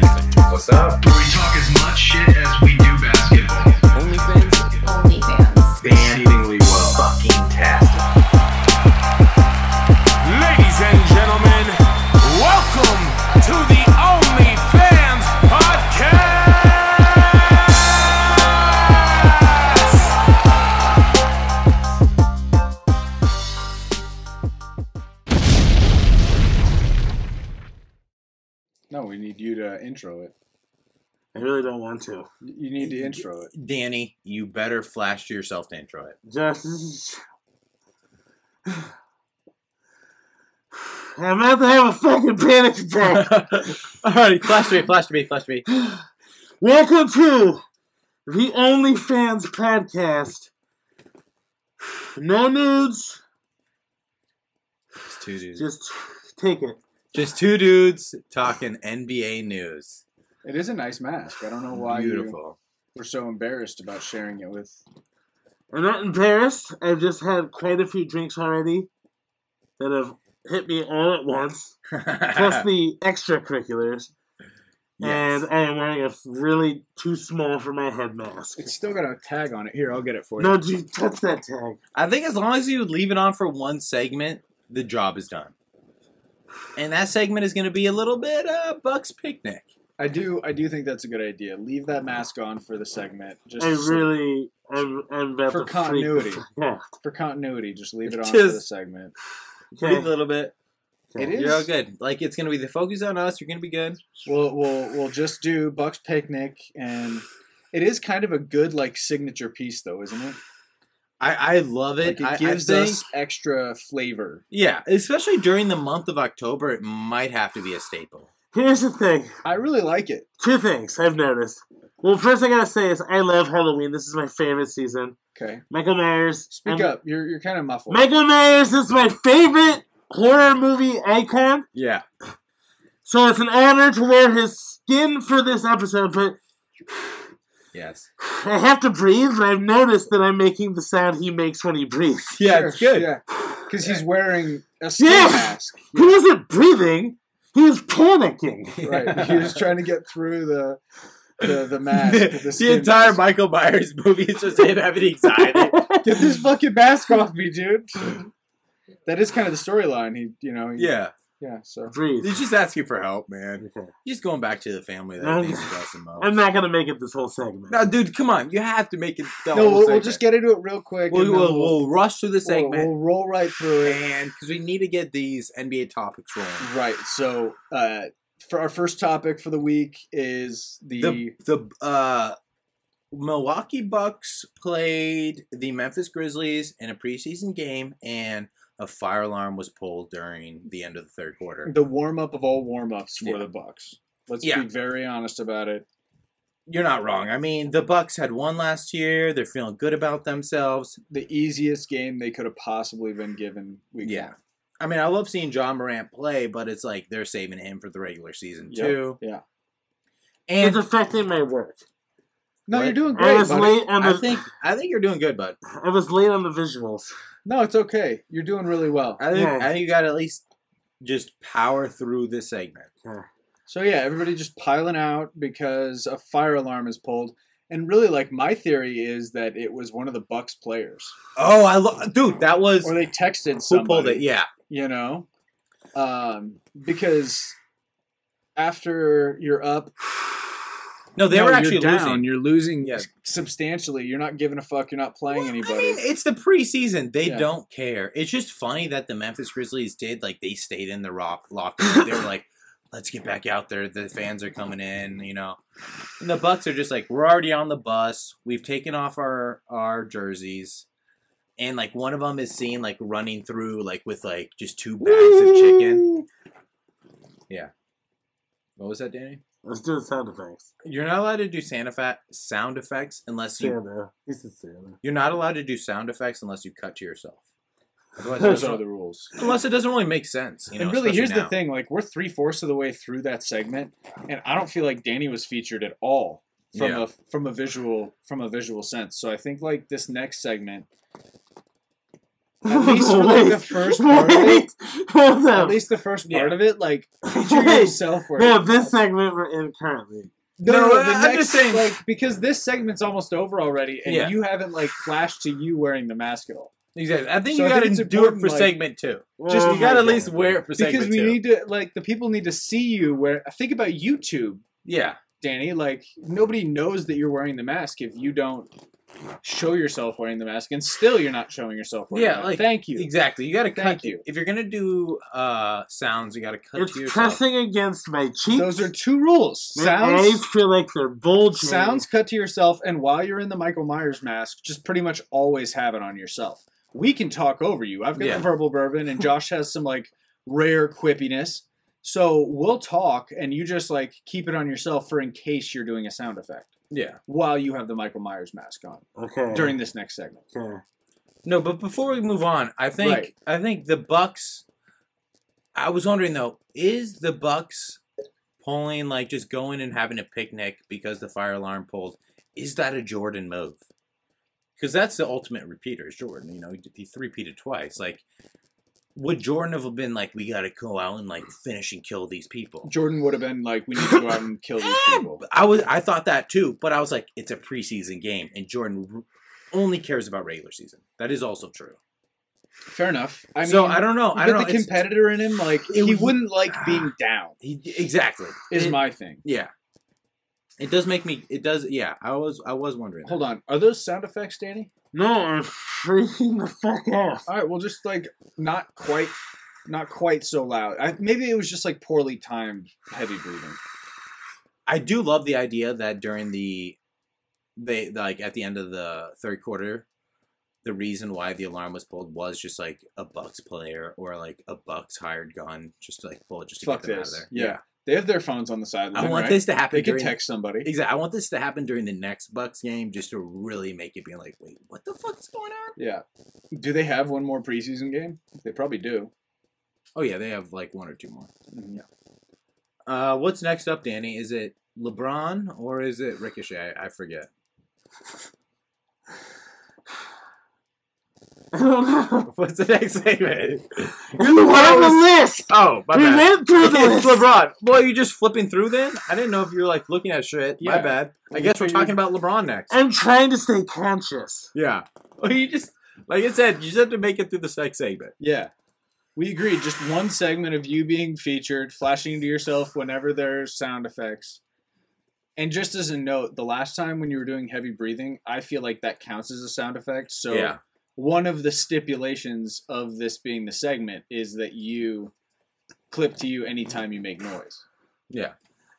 What's up? where we talk as much shit as we do basketball. OnlyFans? OnlyFans. Exceedingly well. Fucking tastic. Ladies and gentlemen, welcome to the OnlyFans podcast. No, we need you to intro it. I really don't want to. You need to intro it. Danny, you better flash to yourself to intro it. Just. I'm about to have a fucking panic attack. Alrighty, flash to me, flash to me, flash to me. Welcome to the OnlyFans podcast. No nudes, Just two dudes. Just, just take it. two dudes talking NBA news. It is a nice mask. I don't know why you Beautiful. were so embarrassed about sharing it with. I'm not embarrassed. I've just had quite a few drinks already that have hit me all at once, plus the extracurriculars. yes. And I am wearing a really too small for my head mask. It's still got a tag on it. Here, I'll get it for you. No, dude, touch that tag. I think as long as you leave it on for one segment, the job is done. And that segment is going to be a little bit uh, Bucks picnic. I do. I do think that's a good idea. Leave that mask on for the segment. Just I so- really, I'm, I'm about to For continuity. Freak. the fuck for continuity, just leave it on for Just- the segment. out. Breathe a Okay. little bit. It You're all is. good. Like it's going to be the focus on us. You're going to be good. We'll we'll we'll just do Buck's picnic, and it is kind of a good like signature piece, though, isn't it? I, I love it. Like I- I it gives think- us extra flavor. Yeah, especially during the month of October, it might have to be a staple. Here's the thing. I really like it. Two things I've noticed. Well, first I gotta say is I love Halloween. This is my favorite season. Okay, Michael Myers. speak I'm- up. You're you're kind of muffled. Michael Myers is my favorite horror movie icon. Yeah. So it's an honor to wear his skin for this episode, but Yes. I have to breathe, and I've noticed that I'm making the sound he makes when he breathes. Yeah, Sure, it's good. Yeah, because he's wearing a skin Yeah. mask. He wasn't breathing, he was panicking. Right, he was trying to get through the the, the mask. the, The, the skin entire mask. Michael Myers movie is just him having anxiety. Get this fucking mask off me, dude. That is kind of the storyline. He, you know. he- yeah. Yeah. So Breathe. He's just asking for help, man. Okay. He's going back to the family that I'm- thinks about some most. I'm not gonna make it this whole segment. No, dude, come on. You have to make it. no, The whole we'll, we'll segment. just get into it real quick. We'll, and then we'll, we'll rush through the we'll- segment. we'll roll right through it. and because we need to get these NBA topics rolling. Right. So, uh, for our first topic for the week is the, the the uh, Milwaukee Bucks played the Memphis Grizzlies in a preseason game, and a fire alarm was pulled during the end of the third quarter. the warm up of all warm ups for Yeah. the Bucks. Let's Yeah. be very honest about it. You're not wrong. I mean, the Bucks had won last year; they're feeling good about themselves. The easiest game they could have possibly been given. Week Yeah. one. I mean, I love seeing John Morant play, but it's like they're saving him for the regular season Yep. too. Yeah. It's And affecting my work. No, Right. you're doing I great, was buddy. late on I the think I think you're doing good, bud. I was late on the visuals. No, it's okay. You're doing really well. I think Yeah. I think you got to at least just power through this segment. So yeah, everybody just piling out because a fire alarm is pulled. And really, like my theory is that it was one of the Bucks players, Oh, I love, dude. That was or they texted who pulled it. somebody. Yeah. You know, um, because after you're up, No, they no, were you're actually down. losing. You're losing Yeah. substantially. You're not giving a fuck. You're not playing Well, anybody. I mean, it's the preseason. They Yeah. don't care. It's just funny that the Memphis Grizzlies did like they stayed in the rock locker. room. They were like, "Let's get back out there. The fans are coming in." You know, and the Bucks are just like, "We're already on the bus. We've taken off our our jerseys." And like one of them is seen like running through like with like just two bags of chicken. What was that, Danny? Let's do sound effects. You're not allowed to do sound effect sound effects unless you Santa. He said Santa. You're not allowed to do sound effects unless you cut to yourself. Otherwise, it Those are doesn't- the rules. unless it doesn't really make sense. You know, and really, especially here's now. the thing: like we're three fourths of the way through that segment, and I don't feel like Danny was featured at all from Yeah. a from a visual from a visual sense. So I think like this next segment, At least for, like, the first part of Wait. Hold at up. least the first part Yeah. of it, like feature Wait. yourself. Where No, this segment we're in currently. No, No, no, no, I- the I'm next, just saying- like because this segment's almost over already, and Yeah. you haven't like flashed to you wearing the mask at all. Exactly. I think So you I think gotta it's do it important, for like- segment two. Just- You gotta at Oh my least God. wear it for segment Because we two. need to like the people need to see you where. Think about YouTube, yeah. Danny. Like nobody knows that you're wearing the mask if you don't show yourself wearing the mask, and still you're not showing yourself wearing. Yeah, the mask. like, thank you. Exactly. You gotta cut Thank you. if you're gonna do uh sounds, you gotta cut to It's yourself. pressing against my cheeks. Those are two rules. My Sounds eyes feel like they're bulging. Sounds cut to yourself, and while you're in the Michael Myers mask, just pretty much always have it on yourself. We can talk over you. I've got Yeah. the verbal bourbon, and Josh has some like rare quippiness. So we'll talk, and you just like keep it on yourself for in case you're doing a sound effect Yeah. while you have the Michael Myers mask on Okay. during this next segment. Okay. No, but before we move on, I think Right. I think the Bucks I was wondering though, is the Bucks pulling like just going and having a picnic because the fire alarm pulled? Is that a Jordan move? Because that's the ultimate repeater, is Jordan. You know, he, he repeated twice. Like, would Jordan have been like, "We gotta go out and like finish and kill these people"? Ah! Jordan would have been like, "We need to go out and kill these people." I was I thought that too, but I was like, it's a preseason game, and Jordan r- only cares about regular season. That is also true. Fair enough. I mean, so I don't know. you I don't got know. the It's- competitor in him, like It he was- wouldn't like being down. he, exactly Is It- my thing. yeah. It does make me. It does. Yeah, I was. I was wondering. Hold on, are those sound effects, Danny? No, I'm freaking the fuck out. All right, well, just like not quite, not quite so loud. I, maybe it was just like poorly timed heavy breathing. I do love the idea that during the they like at the end of the third quarter, the reason why the alarm was pulled was just like a Bucks player or like a Bucks hired gun, just to, like pull it just to Fuck get them this. out of there. Yeah. they have their phones on the I sideline. want right? this to happen. They could during- text somebody. Exactly. I want this to happen during the next Bucks game, just to really make it be like, wait, what the fuck is going on? Yeah. Do they have one more preseason game? They probably do. Oh yeah, they have like one or two more. Uh, what's next up, Danny? Is it LeBron or is it Ricochet? I, I forget. I don't know. What's the next segment? You were on the list. Oh, my we bad. went through the It's list. LeBron. Boy, you just flipping through then? I didn't know if you were like looking at shit. My Yeah. bad. I guess we're talking about LeBron next. I'm trying to stay conscious. Yeah. Well, you just like I said, you just have to make it through the sex segment. Yeah. We agreed. Just one segment of you being featured, flashing to yourself whenever there's sound effects. And just as a note, the last time when you were doing heavy breathing, I feel like that counts as a sound effect. So Yeah. one of the stipulations of this being the segment is that you clip to you anytime you make noise. Yeah.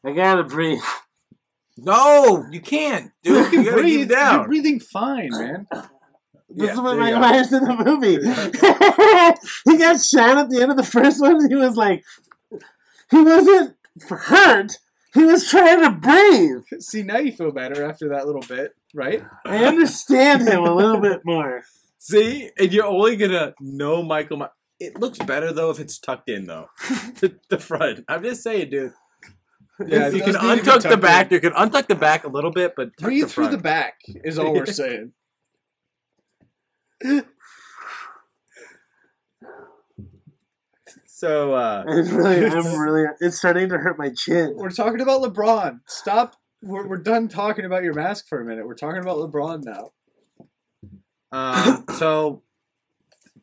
I gotta breathe. No, you can't, dude. You, gotta keep it You're down. breathing fine, man. This Yeah, is what there you Michael go. Myers did in the movie. he got shot at the end of the first one. He was like, he wasn't hurt. He was trying to breathe. See, now you feel better after that little bit, right? I understand him a little bit more. See, and you're only gonna know Michael. My- it looks better though if it's tucked in though, the, the front. I'm just saying, dude. Yeah, you it does need can to be untuck the tucked back. in. You can untuck the back a little bit, but tuck Breathe the through front. the back is all we're saying. So uh, I'm really, I'm really, it's starting to hurt my chin. We're talking about LeBron. Stop. We're, we're done talking about your mask for a minute. We're talking about LeBron now. Um, so,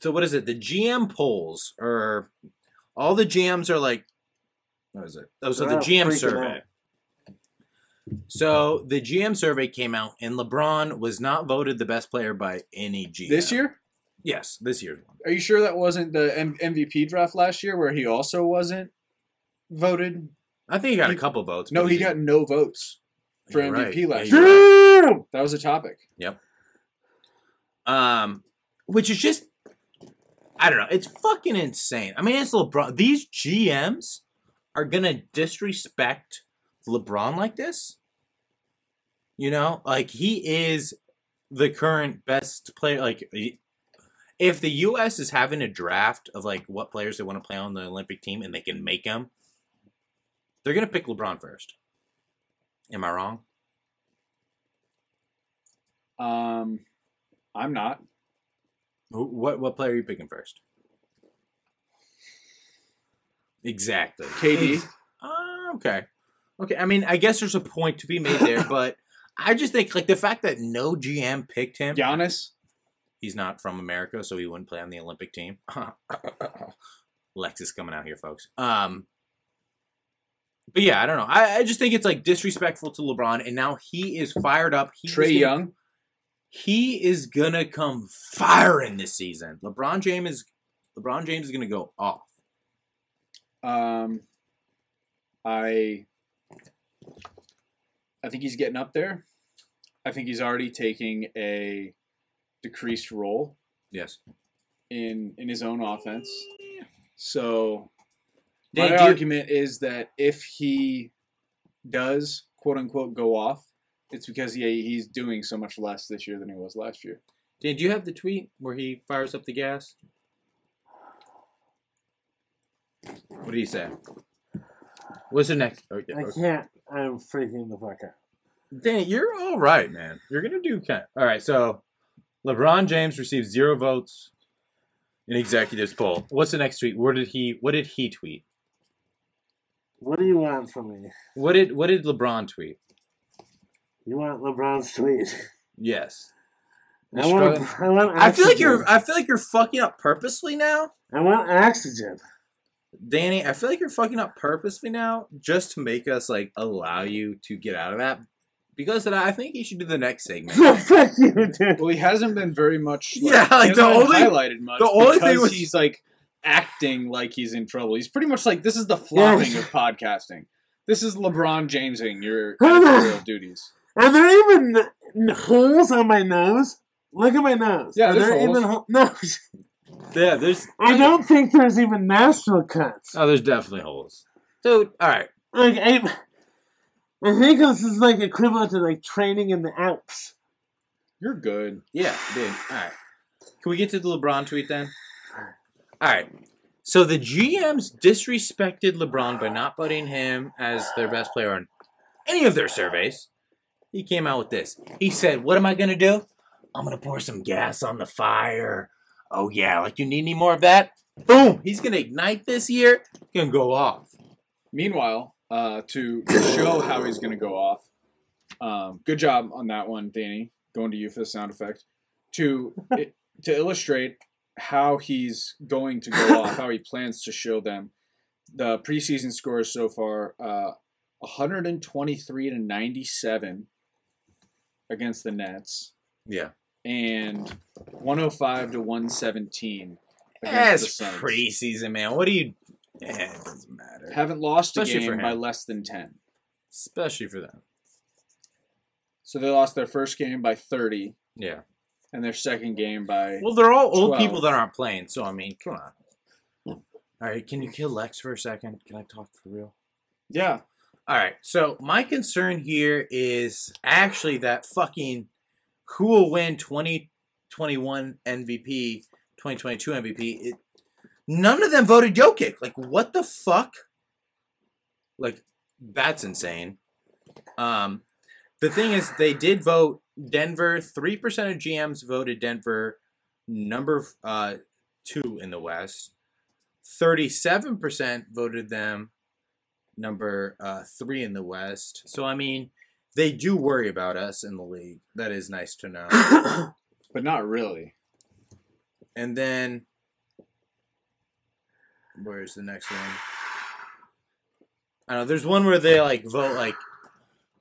so what is it? The GM polls or all the GMs are like, what is it? Oh, so the They're all freaking GM survey. out. So the GM survey came out, and LeBron was not voted the best player by any GM This year? Yes, this year's one. Are you sure that wasn't the M- MVP draft last year where he also wasn't voted? I think he got a He- couple votes. No, but he got no votes for You're right. MVP last Yeah, you're year. right. Damn! That was a topic. Um, which is just, I don't know. It's fucking insane. I mean, it's LeBron. These GMs are gonna disrespect LeBron like this. You know, like he is the current best player. Like, he- if the U.S. is having a draft of like what players they want to play on the Olympic team and they can make them, they're gonna pick LeBron first. Am I wrong? Um, I'm not. Who- What what player are you picking first? Exactly. KD. Ah, okay. Okay, I mean, I guess there's a point to be made there, but I just think like the fact that no GM picked him. Giannis, he's not from America, so he wouldn't play on the Olympic team. Lex is coming out here, folks. Um, but yeah, I don't know. I, I just think it's like disrespectful to LeBron, and now he is fired up. He Trey is gonna- Young. he is gonna come firing this season. LeBron James is LeBron James is gonna go off. Um, I I think he's getting up there. I think he's already taking a decreased role Yes. in in his own offense. So Dan, my do you- argument is that if he does quote unquote go off, it's because he he's doing so much less this year than he was last year. Dan, do you have the tweet where he fires up the gas? What do you say? What's the next? Okay. I can't. I'm freaking the fuck out. Dan, you're all right, man. You're gonna do kind. All right, so LeBron James received zero votes in executives poll. What's the next tweet? Where did he? What did he tweet? What do you want from me? What did What did LeBron tweet? You want LeBron's tweet? Yes. I want. Struggling. I want. Oxygen. I feel like you're. I feel like you're fucking up purposely now, I want oxygen. Danny. I feel like you're fucking up purposely now, just to make us like allow you to get out of that. Because of that, I think you should do the next segment. fuck you, dude. Well, he hasn't been very much. Yeah, like, he hasn't the been only- highlighted much. the only thing because was- he's like acting like he's in trouble. He's pretty much like this is the flopping of podcasting. This is LeBron Jamesing your editorial duties. Are there even n- holes on my nose? Look at my nose. Yeah, Are there's there holes. even ho- no? yeah, there's. I don't think there's even nostril cuts. Uh. Oh, there's definitely holes, dude. All right. Like I, I think this is like equivalent to like training in the Alps. You're good. Yeah, dude. All right. Can we get to the LeBron tweet then? All right. So the GMs disrespected LeBron by not putting him as their best player on any of their surveys. He came out with this. He said, "What am I gonna do? I'm gonna pour some gas on the fire. Oh yeah, like you need any more of that? Boom! He's gonna ignite this year. Gonna go off. Meanwhile, uh, to to show how he's going to go off, um, good job on that one, Danny. Going to you for the sound effect. To it, to illustrate how he's going to go off, how he plans to show them. The preseason scores so far: uh, 123 to 97 against the Nets, Yeah, and 105 to 117 against the that's Suns. preseason, man. What do you? Yeah, it doesn't matter, Haven't lost a Especially for game by him. less than 10. especially for them. So they lost their first game by 30 Yeah." and their second game by. Well, they're all old 12. people that aren't playing, so I mean, come on. All right, can you kill Lex for a second? Can I talk for real? yeah. All right, so my concern here is actually that fucking who will win 2021 MVP, 2022 MVP. It, none of them voted Jokic. Like, what the fuck? Like, that's insane. Um, the thing is, they did vote Denver. 3% of GMs voted Denver number uh, two in the West. 37% voted them number uh, three in the West. So, I mean, they do worry about us in the league. That is nice to know. But not really. And then where's the next one? I don't know. There's one where they like vote like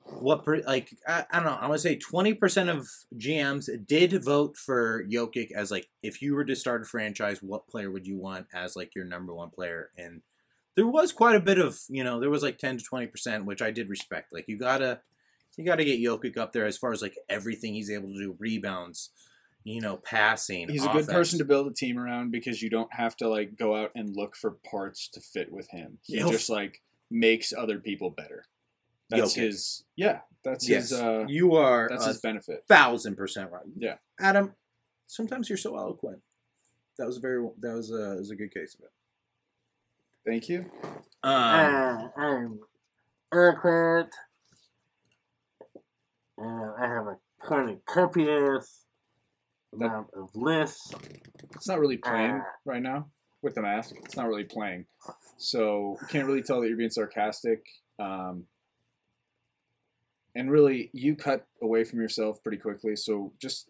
what per, like I, I don't know. I want to say 20% of GMs did vote for Jokic as like if you were to start a franchise, what player would you want as like your number one player? And there was quite a bit of you know there was like 10 to 20%, which I did respect. Like you gotta you gotta get Jokic up there as far as like everything he's able to do, rebounds. You know, passing. He's a good offense. person to build a team around because you don't have to like go out and look for parts to fit with him. He Yo- just like makes other people better. That's Jokic. his. Yeah. That's his. Uh, you are that's a his benefit. thousand percent right. Yeah. Adam, sometimes you're so eloquent. That was very. That was a. was a good case of it. Thank you. Um, Uh, I'm awkward. And I have a cornucopious amount of lists. It's not really playing Ah. right now with the mask. It's not really playing. So you can't really tell that you're being sarcastic. Um, and really you cut away from yourself pretty quickly. So just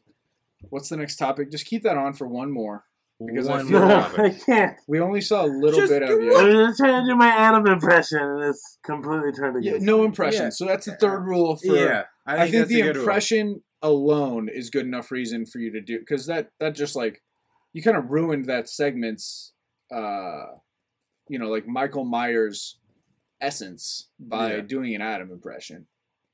what's the next topic? Just keep that on for one more. Because I One feel more No, topic. I can't. We only saw a little Just bit of do you. I'm just trying to do my Adam impression, and it's completely turned Yeah, against no me. impression. Yeah. So that's the third rule for yeah, I think, that's a the good one. impression alone is good enough reason for you to do because that that just like you kind of ruined that segment's uh you know like Michael Myers essence by Yeah. doing an Adam impression.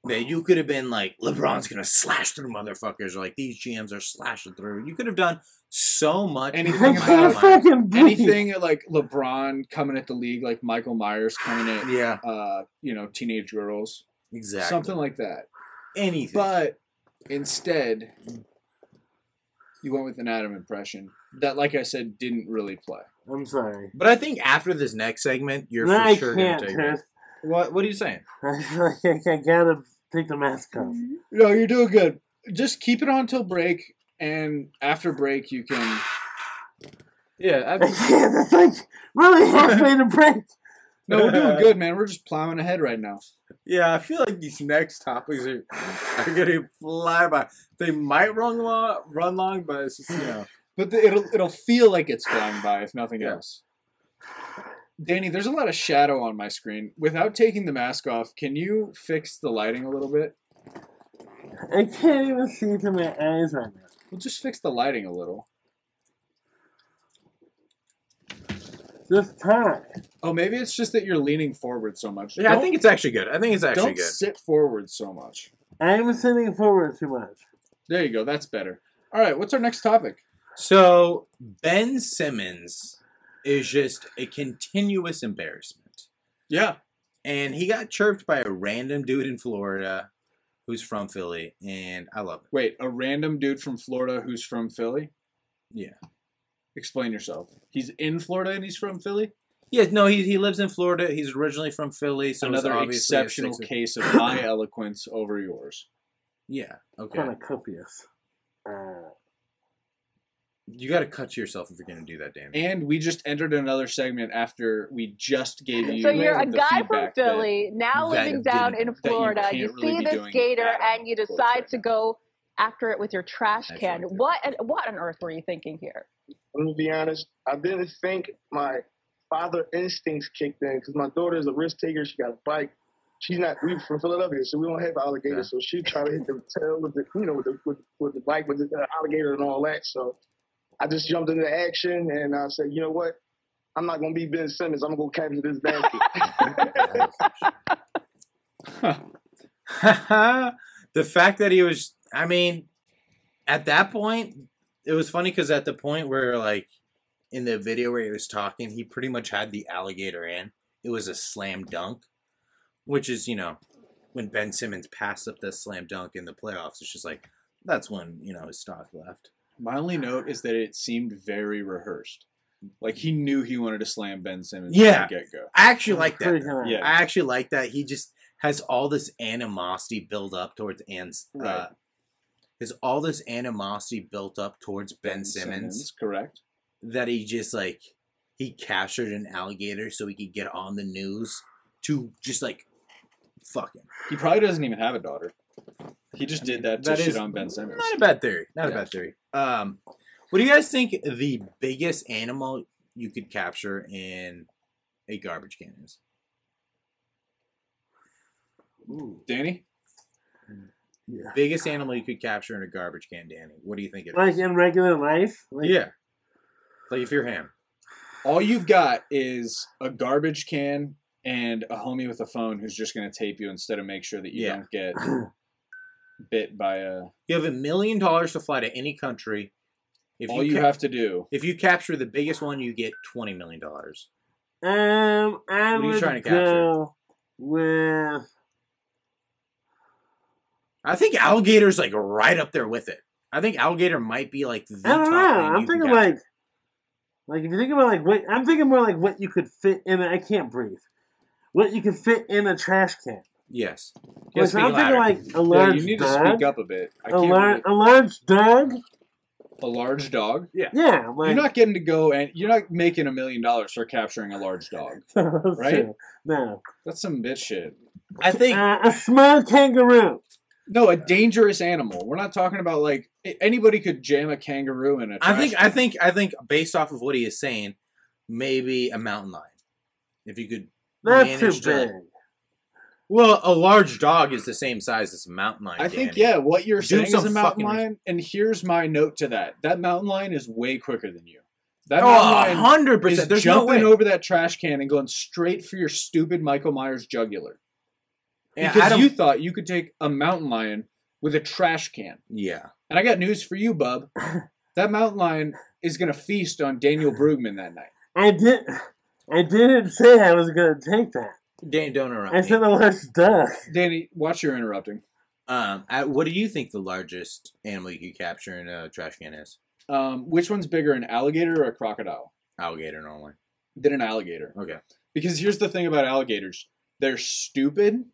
that you could have been like LeBron's gonna slash through motherfuckers, or like these GMs are slashing through. You could have done so much. Anything I about can't fucking breathe. Anything like LeBron coming at the league, like Michael Myers coming at Yeah, uh you know teenage girls, exactly. something like that. anything. But instead, you went with an Adam impression that, like I said, didn't really play. I'm sorry. but I think after this next segment, you're no, for I sure can't, gonna take. Chris. What What are you saying? I feel like I, I gotta take the mask off. No, you're doing good. Just keep it on till break, and after break you can. Yeah, I can't. It's like really halfway to break. No, we're doing good, man. We're just plowing ahead right now. yeah. I feel like these next topics are, are gonna fly by. They might run long, run long, but it's just you know. But the, it'll it'll feel like it's flying by, if nothing Yeah. else. Danny, there's a lot of shadow on my screen. Without taking the mask off, can you fix the lighting a little bit? I can't even see through my eyes right now. We'll just fix the lighting a little. Just talk. Oh, maybe it's just that you're leaning forward so much. Yeah, I Don't- think it's actually good. I think it's actually don't good. sit forward so much. I'm sitting forward too much. There you go. That's better. All right. What's our next topic? So Ben Simmons is just a continuous embarrassment. Yeah. and he got chirped by a random dude in Florida who's from Philly, and I love it. Wait, a random dude from Florida who's from Philly? Yeah. Explain yourself. He's in Florida and he's from Philly? Yeah, no, he, he lives in Florida. He's originally from Philly, so it's Another obviously a exceptional Sixer- case of my eloquence over yours. Yeah, okay. Kind of copious. Uh, You got to cut yourself if you're going to do that, damn it. And we just entered another segment after we just gave you So you're a the guy from feedback that- Philly, that now living didn't- down in you Florida. can't You really see be this doing gator that on and you the court decide right to now. go after it with your trash Actually, can. I did. What what on earth were you thinking here? I'm gonna be honest. I didn't think my father instincts kicked in because my daughter is a risk taker. She got a bike. She's not. We from Philadelphia, so we don't have alligators. So she tried to hit the tail with the, you know, with the with, with the bike with the uh, alligator and all that. So I just jumped into action and I said, you know what? I'm not gonna be Ben Simmons. I'm gonna go capture this basket. the fact that he was, I mean, at that point, it was funny because at the point where, like, in the video where he was talking, he pretty much had the alligator in. It was a slam dunk, which is, you know, when Ben Simmons passed up the slam dunk in the playoffs, it's just like, that's when, you know, his stock left. My only note is that it seemed very rehearsed. Like he knew he wanted to slam Ben Simmons Yeah. from the get go. I actually like that. pretty though. good. Yeah. I actually like that. He just has all this animosity built up towards An's. Uh, Right. Is all this animosity built up towards Ben, Simmons, correct? that he just like he captured an alligator so he could get on the news to just like fucking. He probably doesn't even have a daughter. He just did that to That shit is on Ben Simmons. Not a bad theory. Yeah. Not a bad theory. Um, what do you guys think the biggest animal you could capture in a garbage can is? Danny? yeah. Biggest animal you could capture in a garbage can, Danny. What do you think it is? Like in regular life. Like, Yeah. Like if you're him. all you've got is a garbage can and a homie with a phone who's just going to tape you instead of make sure that you Yeah. don't get bit by a. You have a million dollars to fly to any country. If all you, ca- have to do. if you capture the biggest one, you get twenty million dollars. Um, I What are you would trying to go with. I think alligator's like right up there with it. I think alligator might be like the I don't top know. thing I'm you can thinking capture. like, like if you think about like what I'm thinking more like what you could fit in. A, I can't breathe. What you could fit in a trash can. yes. Like, Yes, so I'm thinking like a Yeah, large you need dog. to speak up a bit. I a can't large, believe- a large dog. a large dog. Yeah, like You're not getting to go and you're not making a million dollars for capturing a large dog. That's right? true. oh, No, That's some bitch shit. I think Uh, a small kangaroo. No, a dangerous animal. We're not talking about like a- anybody could jam a kangaroo in a I trash think I can. think I think based off of what he is saying, maybe a mountain lion. If you could That's too manage big. to Well, a large dog is the same size as a mountain lion. I think Danny. yeah, what you're Do saying is a some mountain fucking re- lion, and here's my note to that: that mountain lion is way quicker than you. That Oh, mountain lion 100 is percent. There's no jumping way. over that trash can and going straight for your stupid Michael Myers jugular Yeah, I because don't- you thought you could take a mountain lion with a trash can. yeah. And I got news for you, bub: that mountain lion is gonna feast on Daniel Brugman that night. I did. I didn't say I was gonna take that. Danny, don't interrupt I me. said a large duck. Danny, watch your interrupting. um, I, what do you think the largest animal you could capture in a trash can is? Um, which one's bigger, an alligator or a crocodile? Alligator normally. Than an alligator. Okay. Because here's the thing about alligators they're stupid,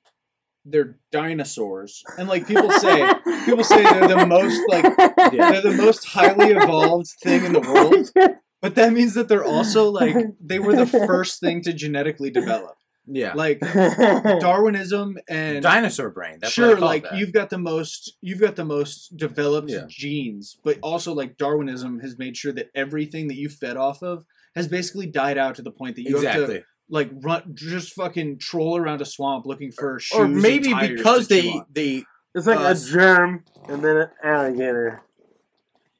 they're dinosaurs. And like people say, people say they're the most like Yeah. they're the most highly evolved thing in the world, but that means that they're also like they were the first thing to genetically develop. Yeah. Like Darwinism and Dinosaur brain. That's sure, what I call like that. you've got the most you've got the most developed Yeah. genes, but also like Darwinism has made sure that everything that you fed off of has basically died out to the point that you have to exactly. like run just fucking troll around a swamp looking for shoes. Or maybe and tires because to chew they on. they It's like Uh, a germ and then an alligator.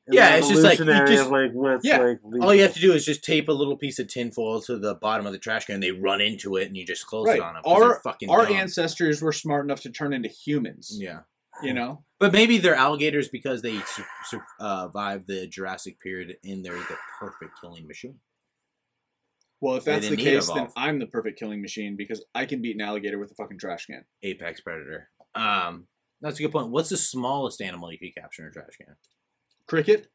And Yeah, then it's just like, you evolutionary just- of, like what's Yeah, like all you lethal. have to do is just tape a little piece of tin foil to the bottom of the trash can. They run into it and you just close Right. it on them. Our- fucking our dumb. ancestors were smart enough to turn into humans. Yeah, You know, but maybe they're alligators because they su- su- uh, survived the Jurassic period and they're the perfect killing machine. well if They that's the didn't need case, then evolve. I'm the perfect killing machine because I can beat an alligator with a fucking trash can. Apex predator. Um, that's a good point. What's the smallest animal you could capture in a trash can? Cricket.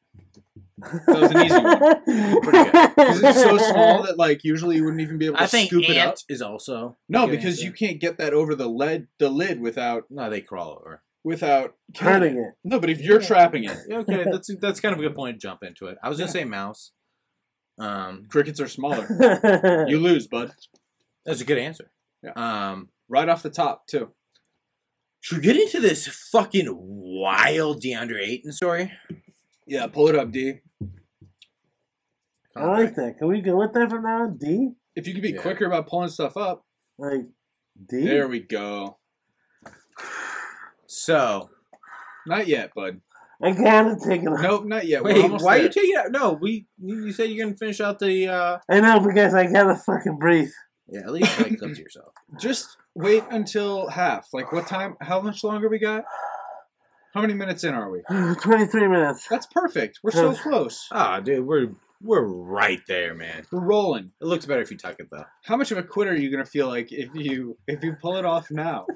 That was an easy one. Pretty good. 'Cause it's so small that like usually you wouldn't even be able to I think scoop ant it up. is also No, good because answer. you can't get that over the lead the lid without No, they crawl over. without killing Hurting it. it. No, but if you're trapping it, Yeah, okay, that's that's kind of a good point to jump into it. I was gonna say mouse. Um, crickets are smaller. You lose, bud. that's a good answer. Yeah. Um, Right off the top, too. should we get into this fucking wild DeAndre Ayton story? Yeah, pull it up, D. I like that. Can we go with that from now on? D? If you could be Yeah. quicker about pulling stuff up, Like D? there we go. So Not yet, bud. I gotta take it off. Nope, not yet. We're wait, almost why are you there. taking out? No, we you you said you're gonna finish out the. uh I know because I gotta fucking breathe. Yeah, at least like clip to yourself. Just wait until half. Like, what time? How much longer we got? How many minutes in are we? 23 minutes. That's perfect. We're so Yeah. close. Ah, dude, we're we're right there, man. We're rolling. It looks better if you tuck it though. How much of a quitter are you gonna feel like if you if you pull it off now?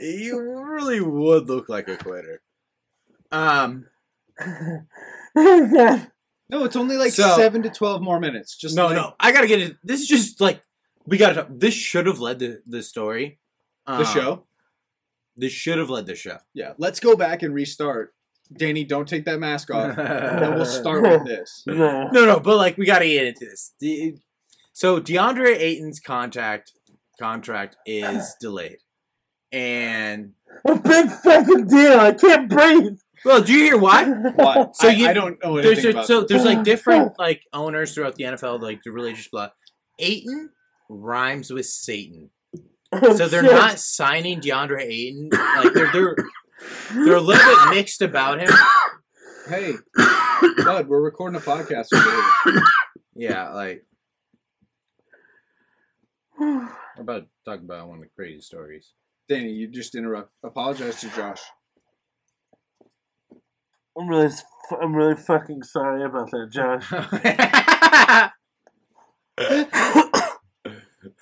You really would look like a quitter. Um, Oh, God. No, it's only like So- seven to twelve more minutes. Just no, like- no, I gotta get it. This is just like we gotta. Talk, this should have led the the story. the Um, show. This should have led the show. Yeah, let's go back and restart. Danny, don't take that mask off. and then we'll start with this. No. No, no, but like we got to get into this. The- so DeAndre Ayton's contract contract is delayed, and A big fucking deal. I can't breathe. well, do you hear why? Why? So I, you- I don't know anything There's a, about so this. there's like different like owners throughout the NFL, like the religious blah. Ayton rhymes with Satan, Oh, so they're shit. not signing DeAndre Ayton. Like they're they're they're a little bit mixed about him. Hey, bud, we're recording a podcast. Today. Yeah, like I'm about to talk about one of the crazy stories. Danny, you just interrupt. Apologize to Josh. I'm really, I'm really fucking sorry about that, Josh.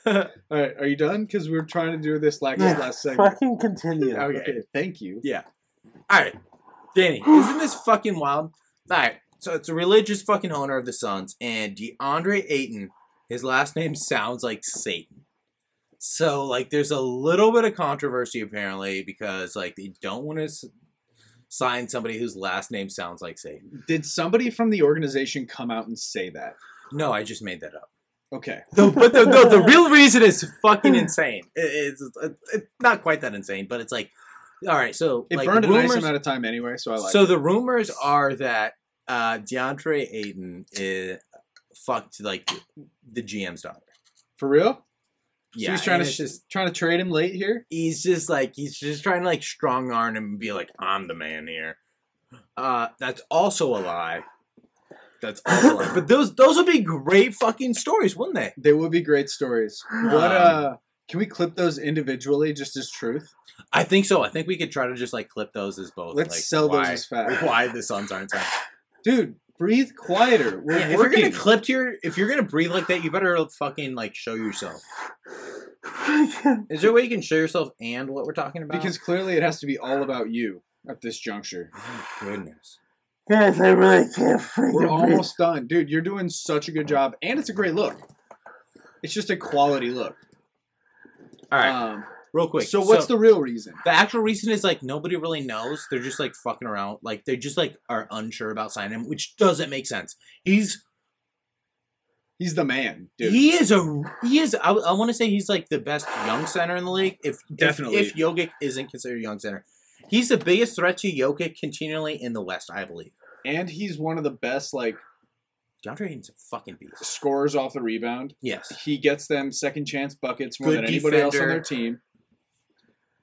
All right, are you done? Because we're trying to do this like Yeah, last segment. fucking continue. Okay. thank you. Yeah. All right, Danny, isn't this fucking wild? All right, so it's a religious fucking owner of the Suns, and DeAndre Ayton, his last name sounds like Satan. So like, there's a little bit of controversy apparently because like they don't want to s- sign somebody whose last name sounds like Satan. Did somebody from the organization come out and say that? No, I just made that up. Okay. No, but the, no, the real reason is fucking insane. It- it's, it's not quite that insane, but it's like, all right. So It like, burned a nice rumors- amount of time anyway, so I like. so it. the rumors are that uh, DeAndre Ayton is fucked like the GM's daughter. for real. Yeah, so he's trying and to it's just trying to trade him late here. he's just like he's just trying to like strong arm him and be like I'm the man here. Uh, that's also a lie. That's also a lie. But those those would be great fucking stories, wouldn't they? They would be great stories. Um, What uh? Can we clip those individually just as truth? I think so. I think we could try to just like clip those as both. Let's like, sell those why- as fact. Why the Suns aren't signed. Dude, breathe quieter. We're Yeah, if you're working. gonna clip your, if you're gonna breathe like that, you better fucking like show yourself. Is there a way you can show yourself and what we're talking about? because clearly it has to be all about you at this juncture. Oh, goodness, Guys, I really can't freaking We're breathe. almost done. Dude, you're doing such a good job. And it's a great look. It's just a quality look. all right, Um, real quick. so what's the real reason? the actual reason is like nobody really knows. They're just like fucking around. Like they just like are unsure about signing him, which doesn't make sense. He's He's the man, dude. He is a he is. I, I want to say he's like the best young center in the league. If if- Definitely. if, Jokic isn't considered a young center, he's the biggest threat to Jokic continually in the West. I believe and he's one of the best like DeAndre Ayton's a fucking beast. scorers off the rebound. Yes, He gets them second chance buckets more Good than anybody else on defender. their team.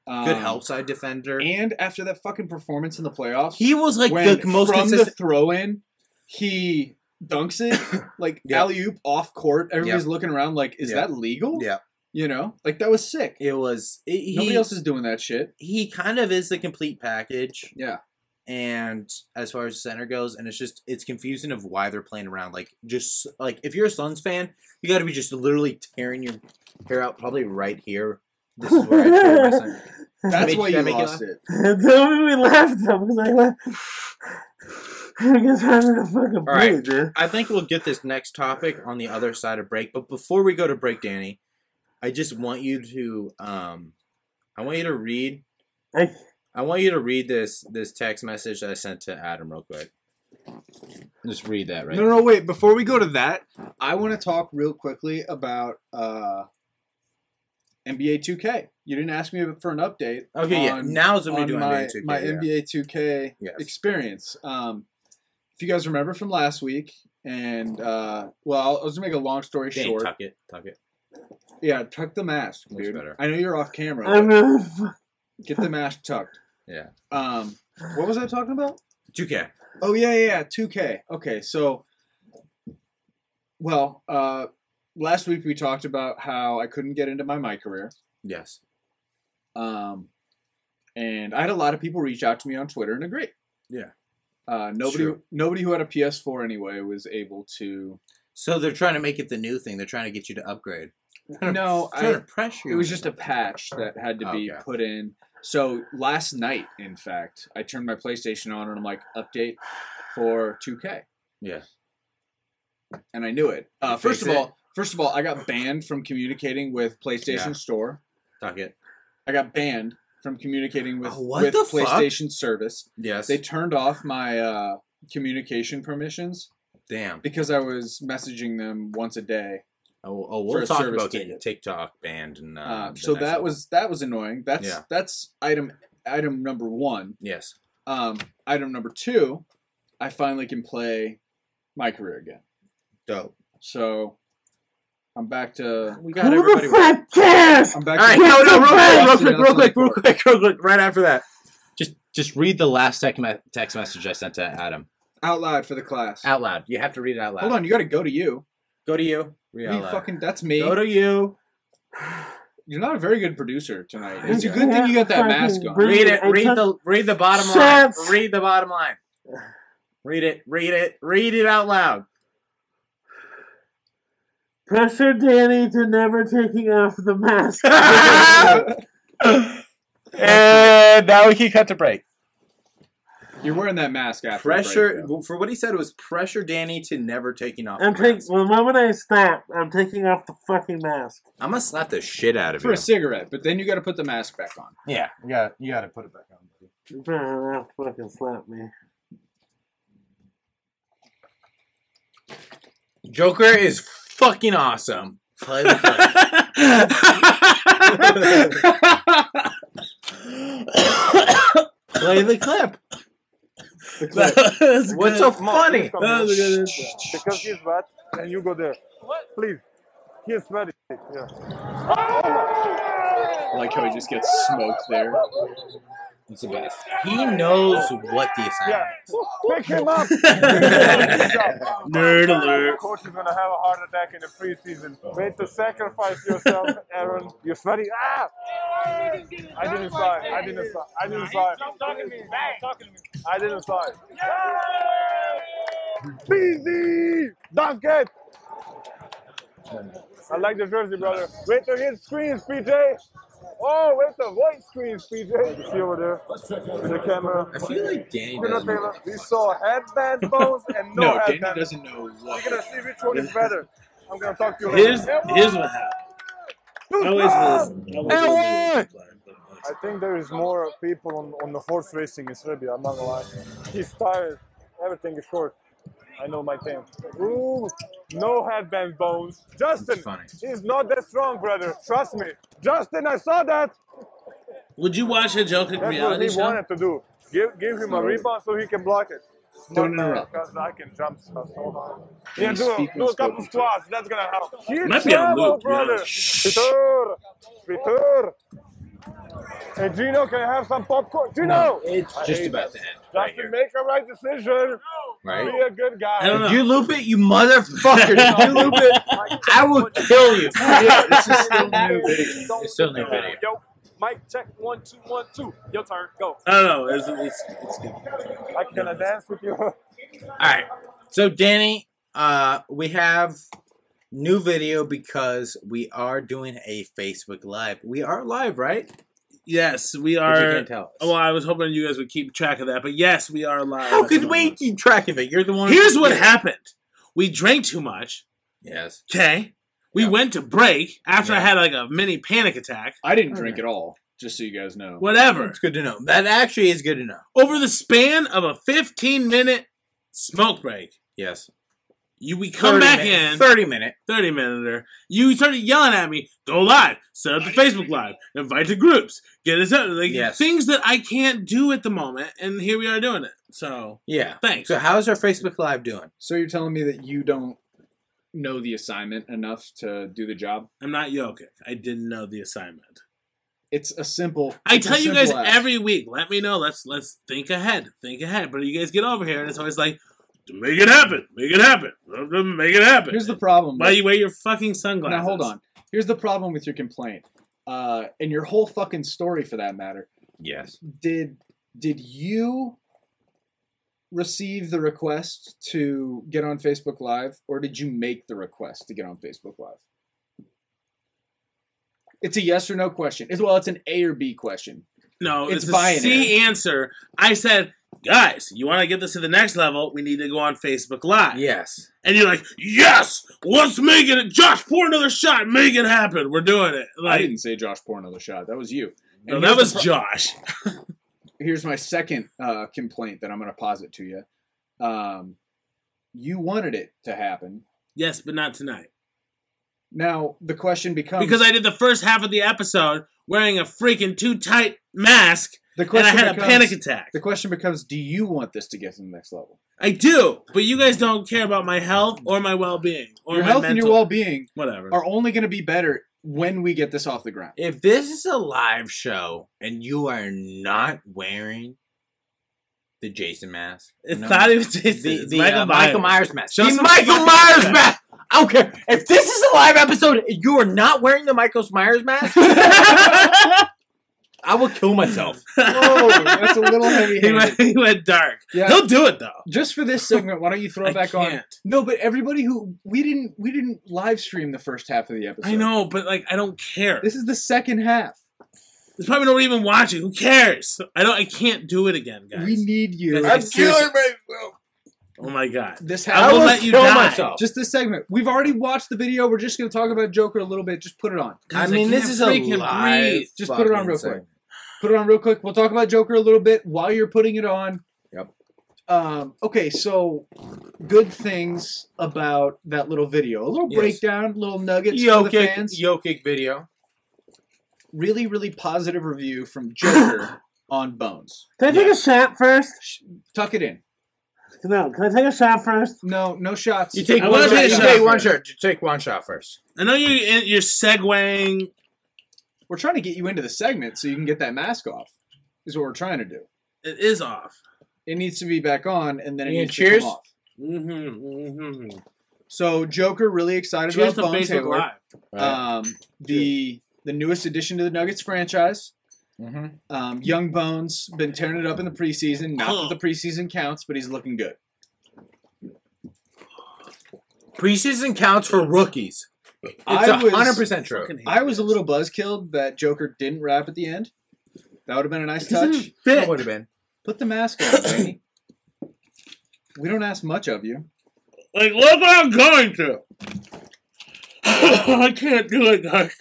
Um, good help side defender. And after that fucking performance in the playoffs, He was like when the most from consistent. the throw in, he dunks it like Yeah. alley oop off court. Everybody's looking around like, is Yeah. that legal? Yeah. you know, like that was sick. it was it, Nobody he. else is doing that shit. he kind of is the complete package, Yeah, and as far as center goes, and it's just it's confusing of why they're playing around. Like just like if you're a Suns fan, you got to be just literally tearing your hair out, probably right here. This is where I tear my center. that's mean, why did I you make it lost laugh? it. Don't we laughed though because I laughed. I'm just having a fucking breathe, right. dude. I think we'll get this next topic on the other side of break. But before we go to break, Danny, I just want you to um, I want you to read. I, I want you to read this this text message that I sent to Adam real quick. Just read that right. No, no, wait. Before we go to that, I want to talk real quickly about uh, NBA 2K. You didn't ask me for an update. Okay, yeah. on- Now's when we on do my, NBA 2K. my yeah. NBA 2K Yes. experience. Um, if you guys remember from last week, and uh, well, I'll, I'll just make a long story Danny, short. tuck it, tuck it. Yeah, tuck the mask, Looks dude. better. I know you're off camera. I but really fuck- Get the mask tucked. Yeah. Um, what was I talking about? 2K. Oh yeah, yeah, yeah, 2K. Okay, so well, uh last week we talked about how I couldn't get into my my career. Yes. Um and I had a lot of people reach out to me on Twitter and agree. Yeah. Uh nobody Sure. nobody who had a PS4 anyway was able to So they're trying to make it the new thing. They're trying to get you to upgrade. Trying to- No, trying I- to pressure. it was just a patch that had to be Okay. put in. So last night, in fact, I turned my PlayStation on and I'm like, update for 2K. Yeah. And I knew it. Uh, You first fix of it? all, first of all, I got banned from communicating with PlayStation Yeah. Store. tuck it. I got banned from communicating with, Oh, what with the fuck? PlayStation service. Yes. They turned off my uh, communication permissions Damn. because I was messaging them once a day Oh, oh for we'll a talk service about getting ticket. TikTok banned and uh, Uh, the so next that level. was that was annoying. That's Yeah. that's item item number one. yes. Um, item number two, I finally can play my career again. Dope. So I'm back to We got Who everybody. the fuck cares? I'm back. All right, to no, no, Get the real best. quick, real quick, real quick, real That's quick, real quick. Right after that, just just read the last text, me- text message I sent to Adam out loud for the class. out loud. You have to read it out loud. Hold on, you got to go to you. go to you. Read You out loud. fucking that's me. Go to you. You're not a very good producer tonight. It's Yeah. a good thing you got that Fucking mask on. breathe. Read it. I Read took the read the bottom line. shots. Read the bottom line. Read it. Read it. Read it out loud. Pressure Danny to never taking off the mask. and now we can cut to break. You're wearing that mask after the break, Pressure though. for what he said was pressure Danny to never taking off. I'm the taking mask. the moment I stop. I'm taking off the fucking mask. I'm gonna slap the shit out of for you. a cigarette, but then you got to put the mask back on. yeah, you got you got to put it back on. buddy. You better not fucking slap me. Joker is fucking awesome. Play the clip. The clip. What's so funny? That was good. Because he's wet and you go there. What? Please. He is very sick. Yeah. like how he just gets smoked there. It's the best. He knows what the Yeah. assignment Pick him up. is. Nerd alert. Coach is gonna have a heart attack in the preseason. Way to sacrifice yourself, Aaron. You're sweaty. Ah! I didn't sign. I didn't sign. I didn't sign. Stop talking to me. talking to me. I didn't sign. Busy. Duncan. I like the jersey, brother. Wait till hit screens, PJ. Oh, wait till white screens, PJ. See over there. The camera. I feel like Danny We're does. gonna Taylor, we saw headband bones and no, No, Danny headband. doesn't know what. We're gonna see which one is better. I'm gonna talk to you later. Here's here's what happened. I always Elway! listen. I always Elway! listen. I think there is more people on, on the horse racing in Serbia. I'm not gonna lie. He's tired. Everything is short. I know my team. Ooh, no headband bones. Justin, It's funny. he's not that strong, brother. Trust me. Justin, I saw that. Would you watch a joke That's what reality he show? wanted to do. Give give him a rebound so he can block it. Don't Smart interrupt. man, Because I can jump stuff so hard. Can Yeah, you do, a- speak do when a couple spoken? squats. That's gonna help. Keep Might be on travel, loop, to be brother. honest. Peter, Peter. Hey, Gino, can I have some popcorn? Gino, It's just about to end. Right here. Justin, make a right decision. Be Right? a good guy. I don't know. You loop it, you motherfucker. If you loop it, I will kill you. This is still new video. It's still new video. Yo, Mike, check one, two, one, two. Your turn. Go. I don't know. It's, it's, it's good. I can I dance with you. All right. So Danny, uh, we have new video because we are doing a Facebook Live. We are live, right? Yes, we But you are. Oh, can't tell us. Well, I was hoping you guys would keep track of that, but yes, we are live. How could we keep track of it? You're the one. who- Here's what happened. We drank too much. Yes. Okay. We Yeah. went to break after I Yeah. had like a mini panic attack. I didn't drink at all, just so you guys know. Whatever. It's good to know. That actually is good to know. Over the span of a 15 minute smoke break, Yes. you we come 30 back minute- in 30 minute. 30 minute. You started yelling at me. Go live. Set up the Facebook live. Invite to groups. Get us out. Like Yes. things that I can't do at the moment, and here we are doing it. So Yeah. thanks. So how's our Facebook Live doing? So you're telling me that you don't know the assignment enough to do the job? I'm not Jokic. I didn't know the assignment. It's a simple. I it's a tell you guys simple ask. every week. Let me know. Let's let's think ahead. Think ahead. But you guys get over here, and it's always like, make it happen. Make it happen. Make it happen. Here's the problem. Why you wear your fucking sunglasses? now hold on. Here's the problem with your complaint, uh, and your whole fucking story for that matter. Yes. Did did you receive the request to get on Facebook Live, or did you make the request to get on Facebook Live? It's a yes or no question. It's, well, it's an A or B question. No, It's it's, a binary. C answer. I said, guys, you want to get this to the next level? We need to go on Facebook Live. Yes. And you're like, yes, let's make it. Josh, pour another shot. Make it happen. We're doing it. I Like didn't say Josh pour another shot. That was you. no, And that was here's the pro- Josh. here's my second uh, complaint that I'm going to posit to you. Um, you wanted it to happen. Yes, but not tonight. Now the question becomes because I did the first half of the episode wearing a freaking too tight mask, the and I had a becomes- panic attack. The question becomes: Do you want this to get to the next level? I do, but you guys don't care about my health or my well-being or your my health mental. and your Oh, well-being whatever. are only going to be better when we get this off the ground. If this is a live show and you are not wearing the Jason mask, it's no- not even just the, the Michael, Michael, Myers. uh, Michael Myers mask. Show the some Michael fucking Myers respect. mask. I don't care if this is a live episode. and You are not wearing the Michael Myers mask. I will kill myself. Whoa, that's a little he, went, heavy-handed. he went dark. Yeah. He'll do it though. Just for this segment, why don't you throw I it back on? can't. No, but everybody who we didn't we didn't live stream the first half of the episode. I know, but like I don't care. This is the second half. There's probably nobody even watching. Who cares? I don't. I can't do it again, guys. We need you. Guys, I seriously- myself. oh my god. this half. I will, let you kill die. myself. just this segment. We've already watched the video. We're just going to talk about Joker a little bit. Just put it on. I Guys, mean, this can't is a freaking live. breathe. Just put it on fucking real segment. Put it on real quick. We'll talk about Joker a little bit while you're putting it on. Yep. Um, okay, so good things about that little video. A little Yes. breakdown, little nuggets for the Jokic, fans. Jokic video. Really, really positive review from Joker on Bones. Can I take a shot first? Tuck it in. No, can I take a shot first? No, no shots. You take I one want shot. to take You a take shot one first. shot. You take one shot first. I know you eh, you're segueing. We're trying to get you into the segment so you can get that mask off. Is what we're trying to do. It is off. It needs to be back on, and then it Yeah, needs cheers. to come off. Mm-hmm. mm-hmm. So Joker really excited Cheers to about Bones Facebook Hayward. Live. Um, the the newest addition to the Nuggets franchise. Mhm. Um, Young Bones been tearing it up in the preseason. Not that the preseason counts, but he's looking good. Preseason counts for rookies. It's I was- 100% true. Fucking hate I was a this. little buzzkilled that Joker didn't rap at the end. That would have been a nice touch. That would have been. Put the mask on, Jamie. We don't ask much of you. like look what I'm going through. I can't do it, guys.